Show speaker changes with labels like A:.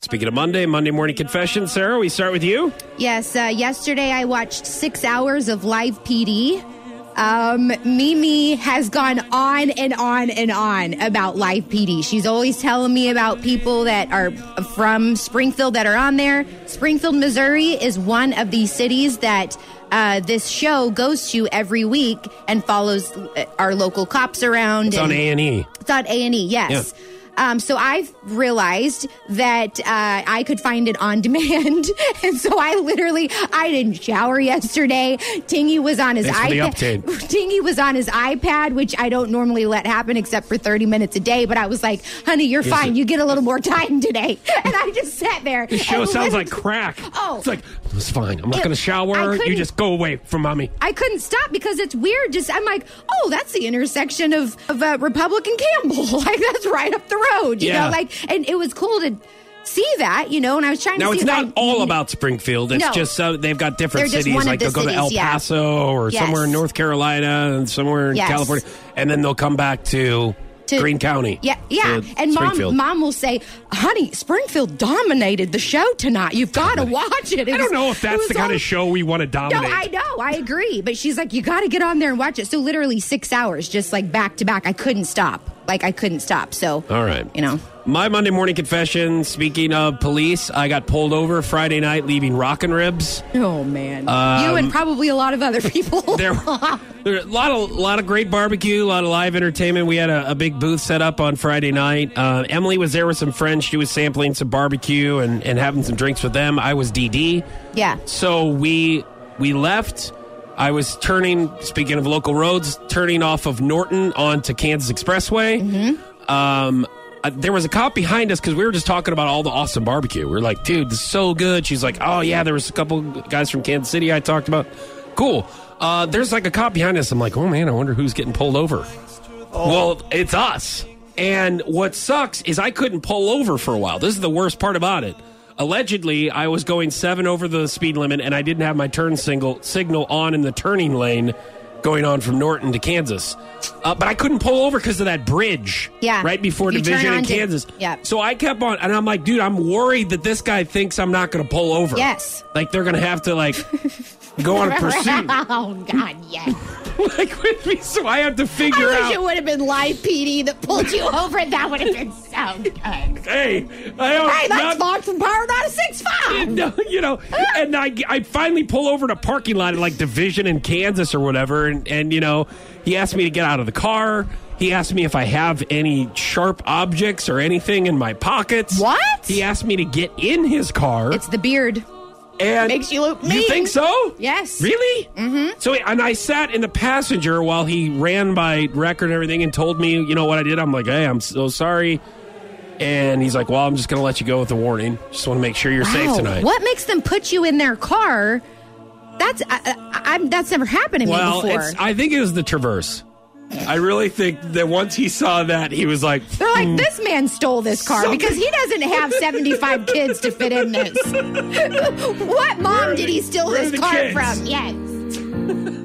A: Speaking of Monday, Monday Morning Confession, Sarah, we start with you.
B: Yes, uh, yesterday I watched six hours of live PD. Um, Mimi has gone on and on and on about live PD. She's always telling me about people that are from Springfield that are on there. Springfield, Missouri is one of the cities that uh, this show goes to every week and follows uh, our local cops around.
A: It's on
B: and-
A: A&E.
B: it's on A and E. Yes.
A: Yeah.
B: Um, so I've realized that uh, I could find it on demand, and so I literally I didn't shower yesterday. Tingy was on his
A: Thanks for the
B: iPad. Tingy was on his iPad, which I don't normally let happen except for thirty minutes a day. But I was like, "Honey, you're
A: Here's
B: fine.
A: the-
B: You get a little more time today." And I just sat there.
A: This show
B: and
A: sounds like
B: listened-
A: crack.
B: Oh.
A: It's like, it's fine. I'm not
B: It-
A: going to
B: I
A: shower. You
B: couldn't-
A: just go away from mommy.
B: I couldn't stop because it's weird. Just I'm like, oh, that's the intersection of of uh, Republican Campbell. like that's right up the road. You
A: Yeah.
B: know, like and it was cool to see that. You know, and I was trying
A: Now,
B: to.
A: it's
B: see if
A: not
B: I-
A: all about Springfield. It's
B: No.
A: just uh, they've got
B: They're
A: different
B: just
A: cities.
B: one of
A: Like
B: the
A: they'll go to El
B: cities, yeah.
A: Paso or
B: Yes.
A: somewhere in North Carolina and somewhere in
B: Yes.
A: California, and then they'll come back to,
B: to-
A: Greene County.
B: Yeah, yeah.
A: to
B: And
A: uh, Springfield.
B: mom, mom will say, "Honey, Springfield dominated the show tonight. You've got to watch it." It
A: I
B: was-
A: don't know if
B: it
A: that's
B: was
A: the kind
B: all-
A: of show we want to
B: No,
A: dominate.
B: I know, I agree. But she's like, you got to get on there and watch it. So literally six hours, just like back to back. I couldn't stop. Like I couldn't stop. So
A: All right.
B: you know.
A: My Monday morning confession, speaking of police, I got pulled over Friday night leaving Rockin' Ribs.
B: Oh man, you and probably a lot of other people.
A: Um, There, there were a lot of lot of great barbecue, a lot of live entertainment. We had a, a big booth set up on Friday night. Uh, Emily was there with some friends. She was sampling some barbecue and, and having some drinks with them. I was DD.
B: yeah.
A: So we we left. I was turning. Speaking of local roads, turning off of Norton onto Kansas Expressway. Um, uh, there was a cop behind us because we were just talking about all the awesome barbecue. We are like, dude, this is so good. She's like, oh yeah, there was a couple guys from Kansas City I talked about. Cool. Uh, there's like a cop behind us. I'm like, oh man, I wonder who's getting pulled over. Well, it's us. And what sucks is I couldn't pull over for a while. This is the worst part about it. Allegedly, I was going seven over the speed limit, and I didn't have my turn single signal on in the turning lane going on from Norton to Kansas. Uh, but I couldn't pull over because of that bridge.
B: Yeah.
A: Right before
B: You turn
A: Division in
B: onto-
A: Kansas.
B: yeah.
A: So I kept on, and I'm like, dude, I'm worried that this guy thinks I'm not going to pull over.
B: Yes.
A: Like they're going to have to like go on a pursuit.
B: oh God, yes.
A: like with me, so I have to
B: I
A: figure
B: wish
A: out.
B: it would have been live PD that pulled you over. That would have been so good. hey,
A: hey, I don't.
B: that's Ah.
A: not-
B: Mark from Power 965.
A: No, you know, and I, I finally pull over to parking lot at like Division in Kansas or whatever, and, and you know, he asked me to get out of the car. He asked me if I have any sharp objects or anything in my pockets.
B: What?
A: He asked me to get in his car.
B: It's the beard.
A: and
B: makes you look
A: You
B: mean.
A: think so?
B: Yes.
A: Really? Mm-hmm. So and I sat in the passenger while he ran my record and everything and told me, you know what I did. I'm like, hey, I'm so sorry. And he's like, well, I'm just going to let you go with a warning. Just want to make sure you're safe
B: Wow.
A: tonight.
B: What makes them put you in their car? That's I, I, I'm. That's never happened to
A: Well,
B: me before.
A: it's, I think it was the Traverse. I really think that once he saw that, he was like, "Hmm,
B: They're like, this man stole this car
A: Mm. Something-
B: because he doesn't have 75 kids to fit in this.
A: Where
B: what mom
A: are
B: did
A: the-
B: he steal
A: where are
B: this
A: the
B: car
A: kids?
B: from? Yes.